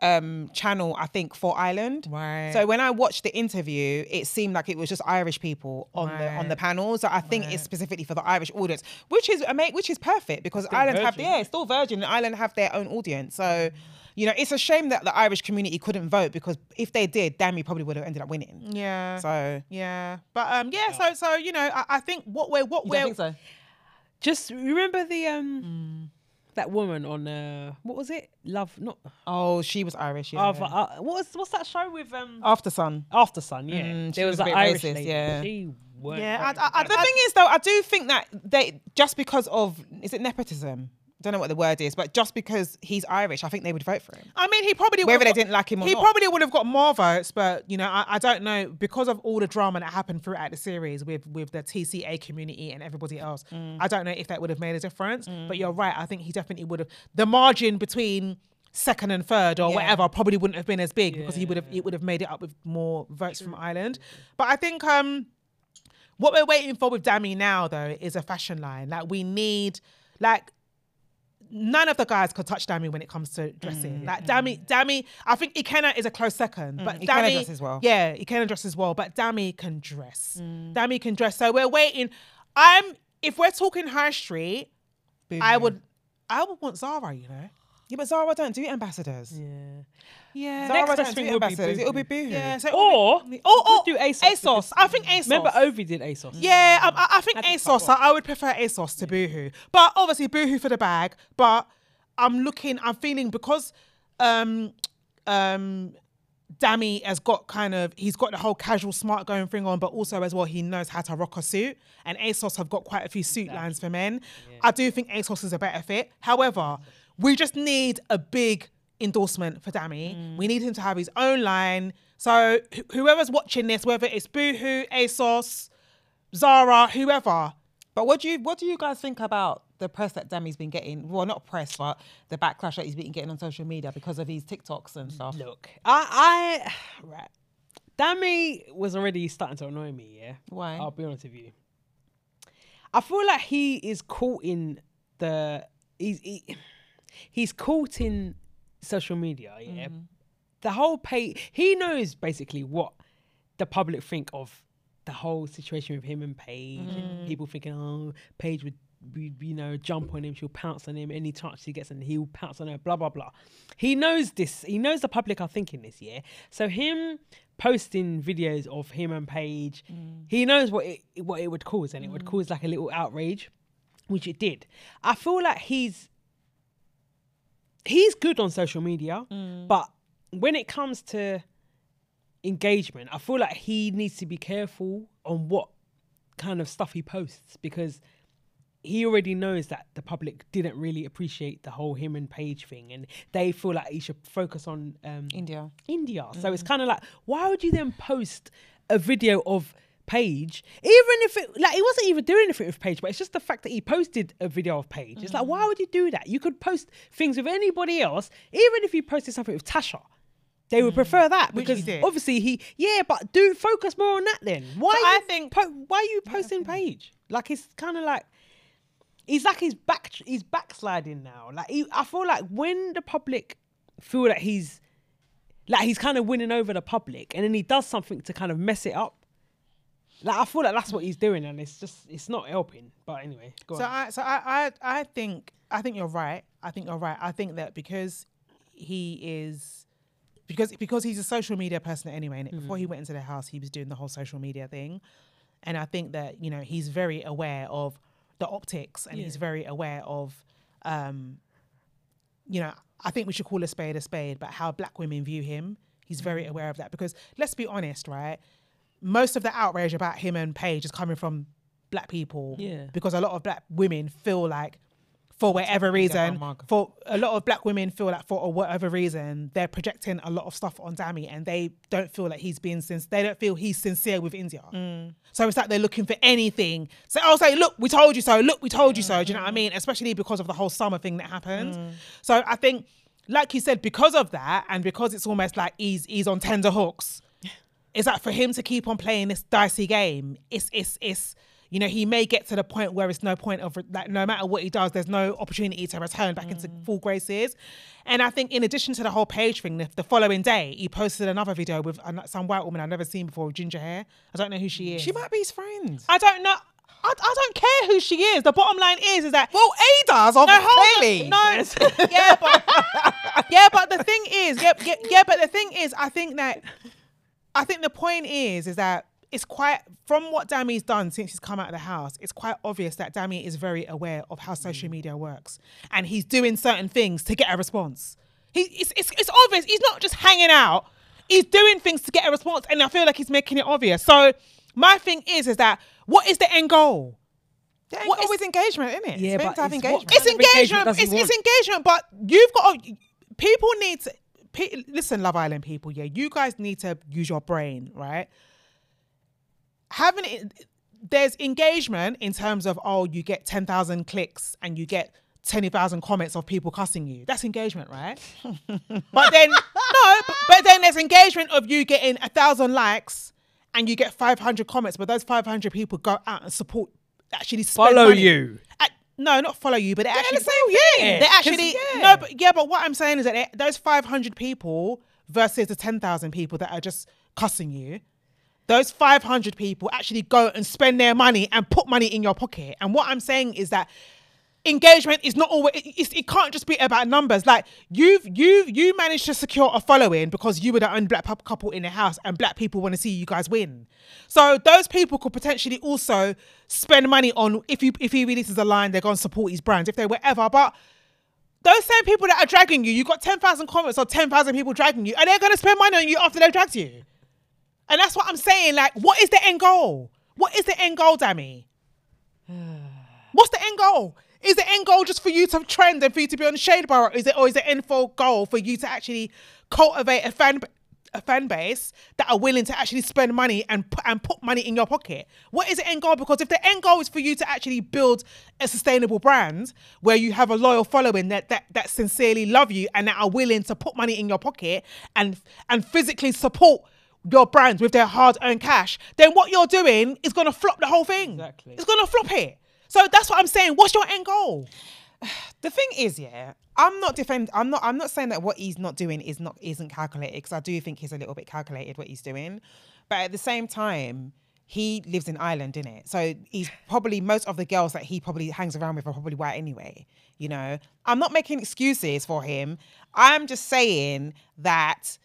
um channel I think for Ireland.
Right.
So when I watched the interview, it seemed like it was just Irish people on the on the panel. So I think it's specifically for the Irish audience, which is ama- which is perfect because Ireland have
Virgin.
yeah, it's still Virgin and Ireland have their own audience. So you know, it's a shame that the Irish community couldn't vote because if they did, Dammy probably would have ended up winning.
yeah.
So
Yeah, but um, yeah. So, so you know, I, I think what we're what we're
Just remember the um that woman on uh what was it? Love not
Oh, she was Irish. Yeah.
Ava- uh, what was what's that show with um
After Sun.
After Sun? Yeah,
she
there
was
was,
a
an
bit
Irish
racist,
lady.
yeah.
She weren't
yeah.
very-
I, I, I,
the thing is though, I do think that they just because of is it nepotism? Don't know what the word is, but just because he's Irish, I think they would vote for him.
I mean, he probably
Whether
would've
they
got-
didn't like him or
he
not.
probably would have got more votes, but you know, I, I don't know because of all the drama that happened throughout the series with with the TCA community and everybody else.
Mm.
I don't know if that would have made a difference, but you're right. I think he definitely would have. The margin between second and third or whatever probably wouldn't have been as big because he would have it would have made it up with more votes from Ireland. But I think um. What we're waiting for with Dami now, though, is a fashion line. Like we need, like none of the guys could touch Dami when it comes to dressing. Like Dami, Dami, I think Ikenna is a close second, but
Ikenna
Dami
dresses well.
Yeah, Ikenna dresses well, but Dami can dress. Dami can dress. So we're waiting. I'm if we're talking high street, I would, I would want Zara. You know,
Yeah, but Zara don't do ambassadors.
yeah. Next
Yeah. Zara don't
best
tweet
thing would
about
be
it. It'll be
Boohoo.
Boohoo.
Yeah, so
Or
oh, oh,
do ASOS
ASOS.
because-
I think ASOS.
remember Ovi did ASOS.
Yeah, um, I, I think ASOS. I, I would prefer ASOS to Boohoo, but obviously Boohoo for the bag. But I'm looking, I'm feeling because um, um, Dammy has got kind of he's got the whole casual smart going thing on, but also as well he knows how to rock a suit. And ASOS have got quite a few suit lines for men. I do think ASOS is a better fit. However, we just need a big endorsement for Dammy.
Mm.
We need him to have his own line. So wh- whoever's watching this, whether it's Boohoo, ASOS, Zara, whoever.
But what do you what do you guys think about the press that Dami's been getting? Well, not press, but the backlash that he's been getting on social media because of these TikToks and stuff.
Look, I, I, right. Dammy was already starting to annoy me, yeah?
Why?
I'll be honest with you. I feel like he is caught in the, he's, he, he's caught in social media, yeah? The whole pay, he knows basically what the public think of the whole situation with him and Paige. and people thinking, oh, Paige would, would, you know, jump on him, she'll pounce on him, any chance she gets, and he'll pounce on her, blah, blah, blah. He knows this. He knows the public are thinking this, yeah? So him posting videos of him and Paige, he knows what it, what it would cause, and it would cause like a little outrage, which it did. I feel like he's he's good on social media, but when it comes to engagement, I feel like he needs to be careful on what kind of stuff he posts because he already knows that the public didn't really appreciate the whole him and Paige thing, and they feel like he should focus on um,
India.
India. So it's kind of like, why would you then post a video of Paige, even if it like he wasn't even doing anything with Paige, but it's just the fact that he posted a video of Paige. It's like, why would you do that? You could post things with anybody else, even if you posted something with Tasha. They would prefer that because
Mm. did.
obviously he, yeah, but do focus more on that then. Why?
But I
you
think-
po- why are you posting Paige? Like it's kind of like he's like he's back he's backsliding now. Like he, I feel like when the public feel that he's like he's kind of winning over the public, and then he does something to kind of mess it up. Like I feel like that's what he's doing, and it's just it's not helping. But anyway, go
So
on.
I, so I, I, I think, I think you're right. I think you're right. I think that because he is, because because he's a social media person anyway.
Mm-hmm.
And before he went into the house, he was doing the whole social media thing, and I think that you know he's very aware of the optics, and he's very aware of, um, you know, I think we should call a spade a spade, but how black women view him, he's very aware of that. Because let's be honest, right? Most of the outrage about him and Paige is coming from black people
Yeah.
because a lot of black women feel like for whatever reason
Mark.
for a lot of black women feel like for whatever reason they're projecting a lot of stuff on Dami and they don't feel like he's being since they don't feel he's sincere with India so it's like they're looking for anything so I'll say look we told you so look we told you so do you know what I mean especially because of the whole summer thing that happened so I think like you said because of that and because it's almost like he's he's on tender hooks is that for him to keep on playing this dicey game, it's it's it's you know he may get to the point where it's no point of like no matter what he does, there's no opportunity to return back into
Mm.
full graces. And I think in addition to the whole page thing, the, the following day he posted another video with an- some white woman I've never seen before with ginger hair. I don't know who she is.
She might be his friend.
I don't know. I, I don't care who she is. The bottom line is is that
Well, Ada's on
no, hold
clearly.
[LAUGHS]
on. No, yeah, but yeah, but the thing is, yeah, yeah, yeah, but the thing is, I think that I think the point is, is that it's quite from what Dammy's done since he's come out of the house. It's quite obvious that Dammy is very aware of how social media works, and he's doing certain things to get a response. He, it's, it's, it's obvious. He's not just hanging out. He's doing things to get a response, and I feel like he's making it obvious. So my thing is, is that what is the end goal?
That
What
ain't always
is-
engagement, isn't it?
Yeah,
it's
but
meant to have
it's what-
engagement.
It's
kind of engagement
engagement.
does he
It's, it's engagement, but you've got people need to pe- listen, Love Island people. Yeah, you guys need to use your brain, right? Having it, there's engagement in terms of oh, you get ten thousand clicks and you get twenty thousand comments of people cussing you. That's engagement,
[LAUGHS]
right? but then no, but, but then there's engagement of you getting a thousand likes and you get five hundred comments, but those five hundred people go out and support. Actually, spend
Follow
money.
you.
Ac- Uh, no, not follow you, but they actually
the same thing.
They
'Cause-
actually
yeah.
no, but yeah, but what I'm saying is that it- those 500 people versus the 10,000 people that are just cussing you, those 500 people actually go and spend their money and put money in your pocket. And what I'm saying is that engagement is not always. It, it's- it can't just be about numbers. Like you've you you managed to secure a following because you were the only black pu- couple in the house, and black people want to see you guys win. So those people could potentially also spend money on if you if he releases a line, they're going to support his brand if they were ever. But those same people that are dragging you, you got 10,000 comments or 10,000 people dragging you, and they're going to spend money on you after they've dragged you. And that's what I'm saying. Like, what is the end goal? What is the end goal, Dammy? What's the end goal? Is the end goal just for you to trend and for you to be on the shade bar? Or is it, or is the end fo- goal for you to actually cultivate a fan, a fan base that are willing to actually spend money and put and put money in your pocket? What is the end goal? Because if the end goal is for you to actually build a sustainable brand where you have a loyal following that that that sincerely love you and that are willing to put money in your pocket and and physically support your brand with their hard-earned cash, then what you're doing is gonna flop the whole thing.
Exactly.
It's gonna flop it. So that's what I'm saying. What's your end goal?
[SIGHS] The thing is, yeah, I'm not defend. I'm not. I'm not saying that what he's not doing is not isn't calculated because I do think he's a little bit calculated what he's doing, but at the same time, he lives in Ireland, innit? So he's probably most of the girls that he probably hangs around with are probably white anyway. You know, I'm not making excuses for him. I'm just saying that.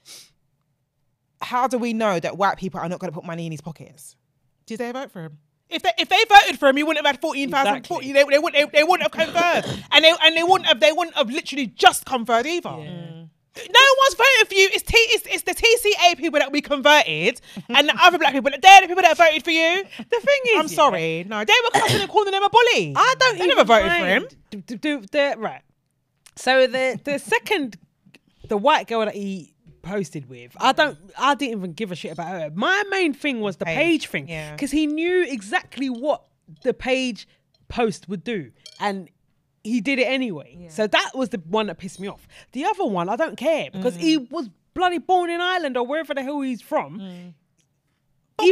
How do we know that white people are not going to put money in his pockets?
Did they vote for him? If they if they voted for him, he wouldn't have had fourteen thousand.
Exactly.
they, they wouldn't they, they wouldn't have conferred, and they and they wouldn't have they wouldn't have literally just conferred either. No one's voted for you. It's T. It's, it's the TCA people that we converted, and the other black people. They're the people that voted for you. The thing is, I'm sorry. No, they were cussing and calling him a bully.
I don't
They
even
never voted for him.
mind. D- d- Do, the- right. So the the second, the white girl that he posted with, I don't, I didn't even give a shit about her. My main thing was the page, thing
yeah.
because he knew exactly what the page post would do, and he did it anyway. So that was the one that pissed me off. The other one, I don't care because he
Mm.
was bloody born in Ireland or wherever the hell he's from. He
Mm. Why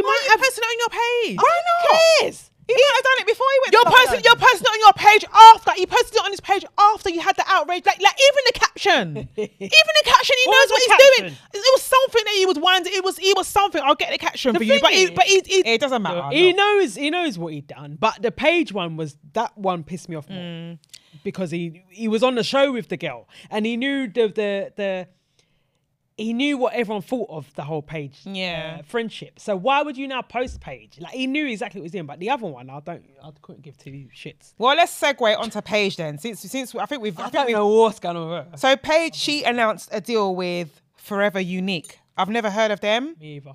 might
are you
have.
posting it on your page?
Why not? cares?
He might have done it before he went.
You're
to
posting,
London.
you're posting it on your page after. You posted it on his page after you had the outrage. Like, like even the caption,
[LAUGHS]
even the caption. He
What
knows
was
what
the
he's doing.
caption?
It it was something that he was wondering. It was, it was something. I'll get the caption for you,
thing
but he,
is-
but he, he,
It doesn't matter.
He knows he knows what he'd done, but the page one was that one pissed me off more because he he was on the show with the girl and he knew the the the he knew what everyone thought of the whole page
Yeah.
uh, friendship. So why would you now post page? Like he knew exactly what he was doing, but the other one I don't I couldn't give two shits.
Well, let's segue onto Paige then. Since since I think we've I,
I
think
don't
we've
know what's going on with her.
so Paige she announced a deal with Forever Unique. I've never heard of them,
Me either.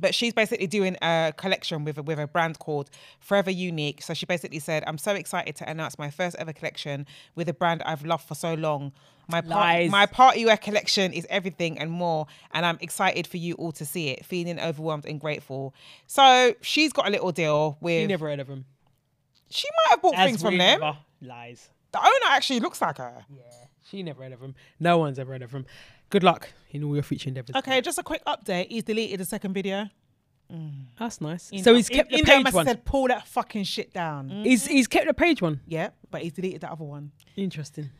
but she's basically doing a collection with a, with a brand called Forever Unique. So she basically said, "I'm so excited to announce my first ever collection with a brand I've loved for so long." My, par-
Lies.
my party wear collection is everything and more, and I'm excited for you all to see it. Feeling overwhelmed and grateful. So she's got a little deal
You
with.
never heard of him.
she might have bought
As
things from
we
them.
never- Lies.
The owner actually looks like her.
She never heard of him. No one's ever heard of him. Good luck in all your future endeavors.
okay. Just a quick update. He's deleted the second video.
that's nice. So he's kept
in,
the
in
page
must
one. Mm.
Said pull that fucking shit down.
He's he's kept the page one.
Yeah, but he's deleted the other one.
[LAUGHS]
Interesting.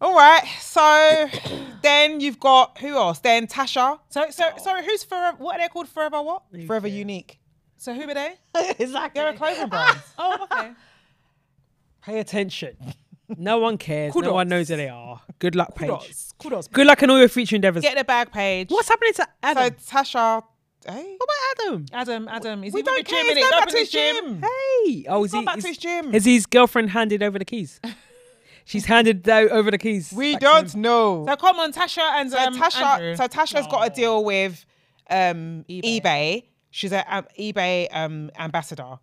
All right. So [COUGHS] then you've got who else? Then Tasha.
So, so sorry. Who's forever? What are they called? Forever what?
Forever unique.
So who are they?
exactly.
They're a [COUGHS] clothing brand.
Oh, okay.
Pay attention. No one cares. No one knows who they are. Good luck, Paige.
Kudos. Kudos.
Good luck in all your future endeavors.
Get the bag page.
What's happening to
so
Adam?
Tasha? Hey.
what about Adam?
Adam, Adam, is
We
he with
don't
the
care. He's
gym? innit?
going
Go
back
up
to
in
his
the
gym.
Hey. Oh, is
He's gone
he?
back
Is,
to his gym.
has his girlfriend handed over the
[LAUGHS]
keys? She's handed tho- over the keys.
We
back to
don't
him.
know.
So come on, Tasha and
So
um,
Tasha.
Andrew.
So Tasha's got a deal with um, eBay. She's an eBay um, ambassador.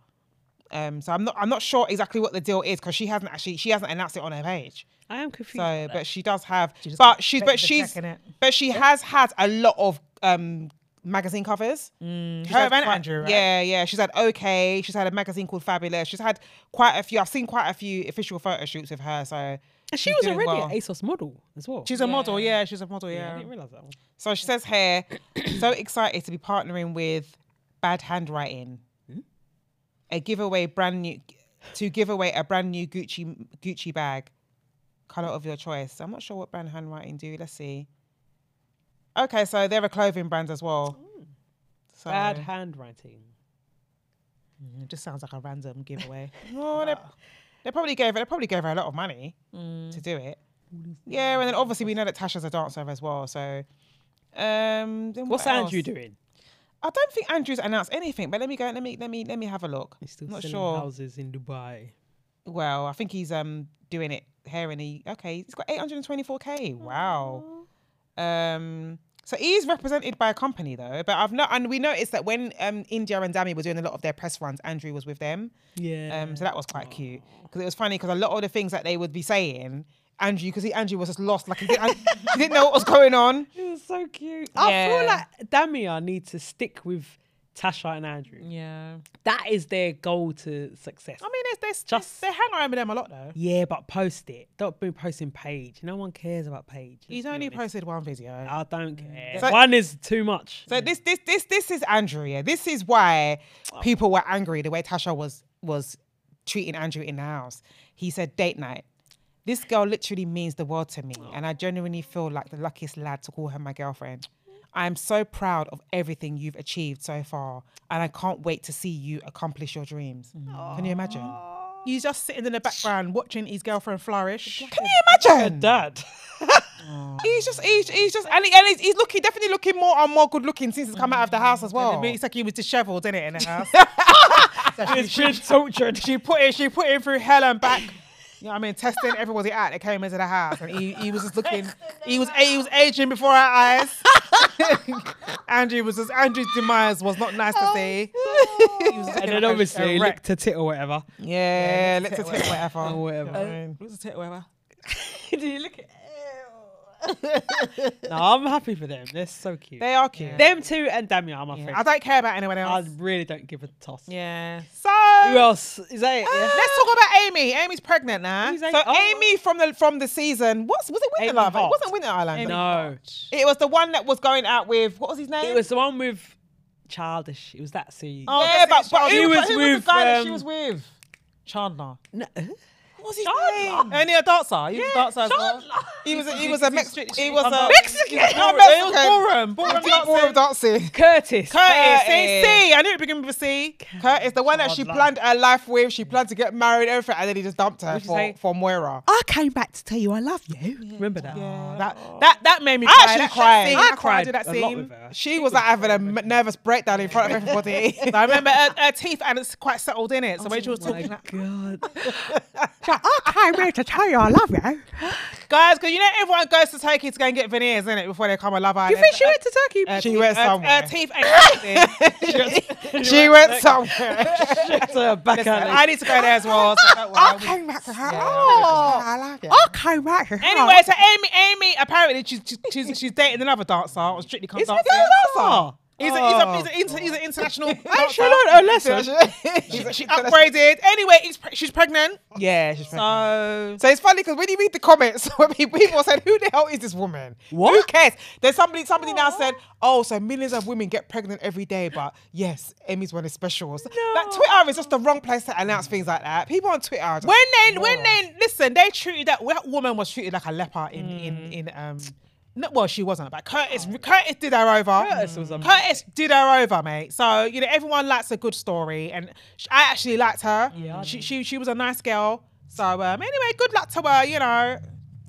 Um, so I'm not. I'm not sure exactly what the deal is because she hasn't actually. She hasn't announced it on her page.
I am confused.
So, but she does have.
just
but
got
she's
check-
but
the
she's
check, innit?
but she has had a lot of um magazine covers. Her
Mm, had
and
quite-
Andrew,
right?
Yeah, yeah. She's had OK. She's had a magazine called Fabulous. She's had quite a few. I've seen quite a few official photo shoots with her. So
and she was
doing
already
well. um,
an ASOS model as well.
she's a model, yeah, she's a model,
I
yeah.
didn't realize that one.
So she says here, [CLEARS THROAT] so excited to be partnering with Bad Handwriting,
Hmm?
a giveaway brand new to give away a brand new Gucci Gucci bag, color of your choice. I'm not sure what brand handwriting do. Let's see. Okay, so they're a clothing brand as well.
Oh.
So,
Bad handwriting.
[LAUGHS] It just sounds like a random giveaway. Ah.
Oh, they're-
They probably gave her, they probably gave her a lot of money to do it. Yeah, and then obviously we know that Tasha's a dancer as well. So, um, then
What's
what
Andrew
else?
doing?
I don't think Andrew's announced anything, but let me go. Let me let me let me have a look.
He's still
Not
selling
sure.
houses in Dubai.
Well, I think he's um doing it here and he okay, he's got 824k. Wow. Um so he is represented by a company though, but I've not and we noticed that when um India and Dami were doing a lot of their press runs, Andrew was with them.
Yeah.
Um so that was quite cute because it was funny because a lot of the things that they would be saying Andrew, because Andrew was just lost, like he didn't, he didn't know what was going on.
it was so cute. I feel
Yeah.
like Damia need to stick with Tasha and Andrew.
Yeah.
That is their goal to success.
[LAUGHS] I mean, there's, there's
Just-
just they hang around with them a lot though.
yeah, but post it. Don't be posting Paige. No one cares about Paige. let's
He's
be
only
honest.
posted one video.
I don't care.
So-
one is too much.
So this this this this is Andrew. Yeah, this is why people were angry the way Tasha was was treating Andrew in the house. He said date night. This girl literally means the world to me, and I genuinely feel like the luckiest lad to call her my girlfriend. I am so proud of everything you've achieved so far, and I can't wait to see you accomplish your dreams. Can you imagine?
He's just sitting in the background watching his girlfriend flourish.
Can you imagine?
Dad.
He's just, he's, he's just, and, he, and he's, he's looking, definitely looking more and more good looking since he's come out of the house as well.
It's like he was disheveled, in it,
[LAUGHS]
in the house.
It's been tortured.
she put it, she put him through hell and back. You know what I mean? Testing everybody out that came into the house. And he, he was just looking, he was he was aging before our eyes. [LAUGHS] Andrew was just, Andrew's demise was not nice to see. He was just looking
and then
like a-
obviously
a
lick
wreck.
to tit or whatever.
Yeah, let's just hit whatever.
Or whatever.
What's the takeaway?
Do you look at
no, I'm happy for them. They're so cute.
They are cute.
them two and Damia are my
I
favourite.
don't care about anyone
I,
else.
really don't give a toss.
Yeah.
So
Who else? Is that it? Yeah.
[GASPS] Let's talk about Amy. Amy's pregnant now.
Who's
so
Amy? Oh.
Amy from the from the season. What's was it Winter
Amy
Love?
Hart.
It wasn't Winter Island.
No.
It was the one that was going out with what was his name?
It was the one with Childish. It was that series.
Oh,
Yeah,
yeah, but,
but-
but
He
who,
was
was, who was
with,
the guy that she
um,
was with? Chandler.
No.
What was his
Chandler?
name? Only a dancer. He was a dancer as well. He was a, he was a Mexican. He was a Mexican. Not
It was
Mexican.
Borum.
I
Borum
think Ballroom dancing.
Curtis.
Curtis, see,
Curtis.
see, I knew it began with a C. Curtis, the one that she
Chandler.
planned her life with, she planned to get married, everything, and then he just dumped her
you
for,
say?
for Moira.
I came back to tell you I love you. Remember that?
Oh, that, that that made me cry.
actually
that,
cried.
That Ah, scene,
I
I, cried.
cried
to that
a
scene.
lot with her.
She was like having a m- nervous breakdown in front of [LAUGHS] everybody. Oh,
I remember her, her teeth, and it's quite settled in it. So when she was
Oh My
talking, like,
God. so I came here to tell you I love you.
Guys, because you know everyone goes to Turkey to go and get veneers, innit, before they come and love
You think she went to Turkey?
she went
her,
somewhere.
her teeth ain't
[LAUGHS] she [LAUGHS] went somewhere.
to back alley.
I need to go there as well. So [LAUGHS] don't worry. I will-
came back to her.
Oh, I like it.
I came back to her.
Anyway, so Amy, Amy, apparently she's she's- she's, she's dating another dancer on Strictly Oh. Come
Is he
Dancing.
a dancer?
He's, a, he's, a, he's, a, inter- he's an international. I
she learned her
[LAUGHS]
lesson.
she, she upgraded. Anyway, he's pre- she's pregnant. Yeah, she's pregnant.
right.
So it's funny because when you read the comments, [LAUGHS] when pe- people said, "Who the hell is this woman? Who cares?" There's somebody. Somebody now said, "Oh, so millions of women get pregnant every day, but yes, Emmy's one is special." So, Like Twitter is just the wrong place to announce things like that. People on Twitter. Are just,
When they, when they, listen, they treated that, that woman was treated like a leper in, in,
Mm.
in, um, no, well, she wasn't, but Curtis,
Oh.
Curtis did her over.
Curtis was a-
Curtis did her over, mate. So, you know, everyone likes a good story, and sh I actually liked her. Yeah. She, she, she was a nice girl. So, um, anyway, good luck to her, you know.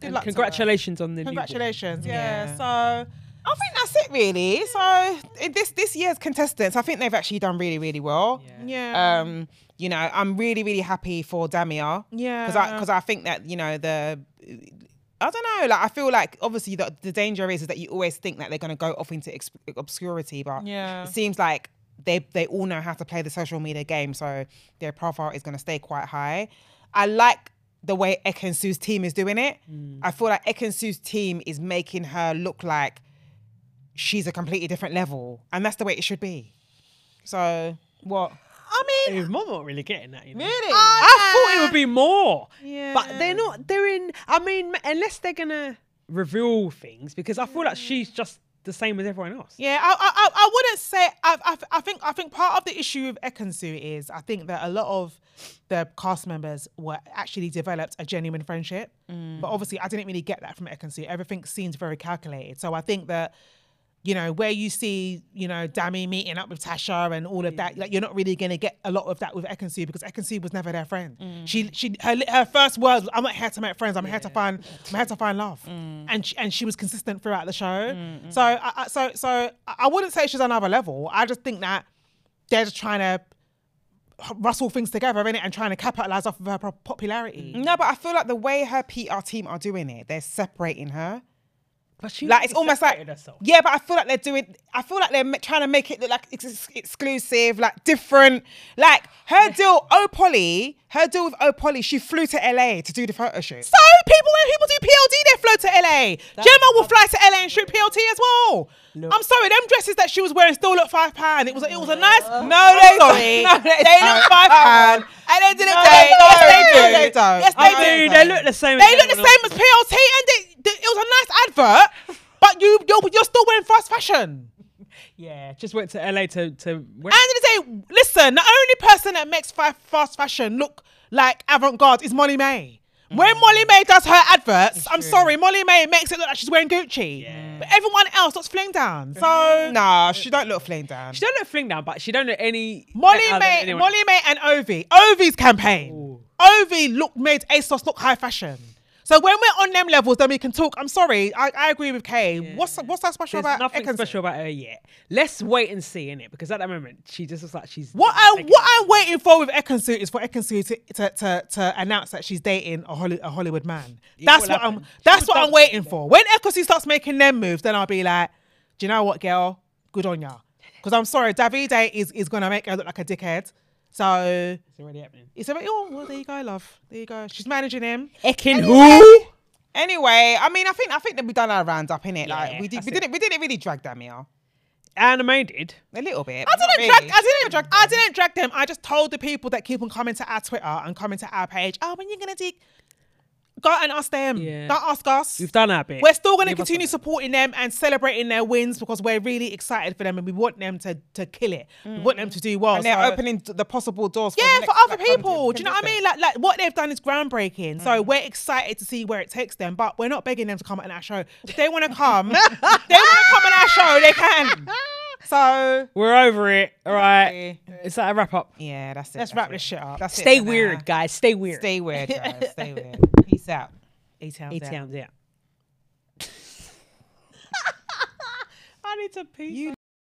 Good luck to her.
Congratulations on the
Congratulations.
Yeah,
Yeah.
so I
I think that's it, really. So in this this year's contestants, I think they've actually done really, really well.
Yeah.
Um, you know, I'm really, really happy for Damia.
Yeah.
Because I because I think that you know the. I don't know. Like I feel like obviously the, the danger is, is that you always think that they're going to go off into ex- obscurity, but
Yeah.
it seems like they they all know how to play the social media game, so their profile is going to stay quite high. I like the way Ekansu's team is doing it. I feel like Ekansu's team is making her look like she's a completely different level, and that's the way it should be. So what?
mean,
Mum not really getting that, you know.
really?
I thought it would be more, but
Yeah.
they're not. They're in. I mean, unless they're gonna reveal things, because I feel like she's just the same as everyone else.
Yeah, I, I, I- I wouldn't say. I, I, I think, I think part of the issue with Ekansu is I think that a lot of the cast members were actually developed a genuine friendship,
Mm.
but obviously I didn't really get that from Ekansu. Everything seems very calculated, so I think that you know, where you see, you know, Dami meeting up with Tasha and all of that, like you're not really gonna get a lot of that with Ekansu because Ekansu was never their friend. She she her, li- her first words, was, I'm not here to make friends, I'm here to find I'm here to find love. And she, and she was consistent throughout the show. So I, I, so so I- I wouldn't say she's another level. I just think that they're just trying to rustle things together innit? and trying to capitalize off of her pro- popularity.
No, but I feel like the way her PR team are doing it, they're separating her.
But she
Like it's almost like
herself.
yeah, but I feel like they're doing. I feel like they're ma- trying to make it look like it's ex- exclusive, like different. Like her deal, Oh Polly, her deal with Oh Polly, she flew to LA to do the photo shoot.
So people, when people do PLD, they flow to LA. Gemma will fly to LA and shoot PLT as well. I'm sorry, them dresses that she was wearing still look five pound. It was a, it was a nice.
No, they don't.
they look five pound.
At the end of the
No,
day,
they don't.
yes, they do.
No, they don't.
Yes,
No,
they
they
do.
Dude, they look the same.
They look the same as PLT, and they, they- it was a nice advert. But you you're, you're still wearing fast fashion.
Yeah, just went to LA to to. Wear-
At the end of the day, listen, the only person that makes fi- fast fashion look like avant garde is Molly May.
Mm.
When Molly May does her adverts, I'm sorry, Molly May makes it look like she's wearing Gucci. But everyone else looks fling down. So
Nah, she don't look fling down.
she don't look fling down, but she don't look any.
Molly
better than
May,
anyone
Molly May and Ovi. Ovi's campaign. Ovi look made ASOS look high fashion. So when we're on them levels, then we can talk. I'm sorry, I, I agree with Kay. What's what's that special
There's
about
nothing
Ekansu?
special about her yet. Let's wait and see, innit? Because at that moment, she just looks like she's.
What I
taking-
what I'm waiting for with Ekansu is for Ekansu to, to to to announce that she's dating a, Holly, a Hollywood man. That's
will
what
happen.
I'm
She
that's what
will
I'm waiting for. When Ekansu starts making them moves, then I'll be like, do you know what, girl? Good on ya. Because I'm sorry, Davide is is gonna make her look like a dickhead. So
It's already happening.
it's about oh well, there you go, love. There you go. She's managing him.
Ekin who?
Anyway, I mean, I think I think that we done our roundup in it. like
Yeah,
we did,
that's
we
it.
didn't, we didn't really drag them here
Animated.
a little bit.
I didn't drag. I didn't drag. I didn't drag them. I just told the people that keep on coming to our Twitter and coming to our page. Oh, when you gonna dig? Go and ask them.
Yeah.
Don't ask us.
We've done our bit.
We're still going to
Leave us
continue
alone.
supporting them and celebrating their wins because we're really excited for them and we want them to, to kill it. We want them to do well.
Mm. and they're
So-
opening d- the possible doors. For the
yeah,
next
for other
Black Panther.
people. Do you know what I mean? Like, like what they've done is groundbreaking. So we're excited to see where it takes them, but we're not begging them to come on our show. If they want to come, [LAUGHS] if they want to come on our show, they can. So
We're over it. All right. Is that a wrap up?
Yeah, that's it.
let's
that's
wrap
it.
this shit up.
That's it
Stay
for now.
weird, guys. Stay weird.
Stay weird,
[LAUGHS]
guys. Stay weird. Peace out.
A-Town.
Eight towns, yeah. I need to pee.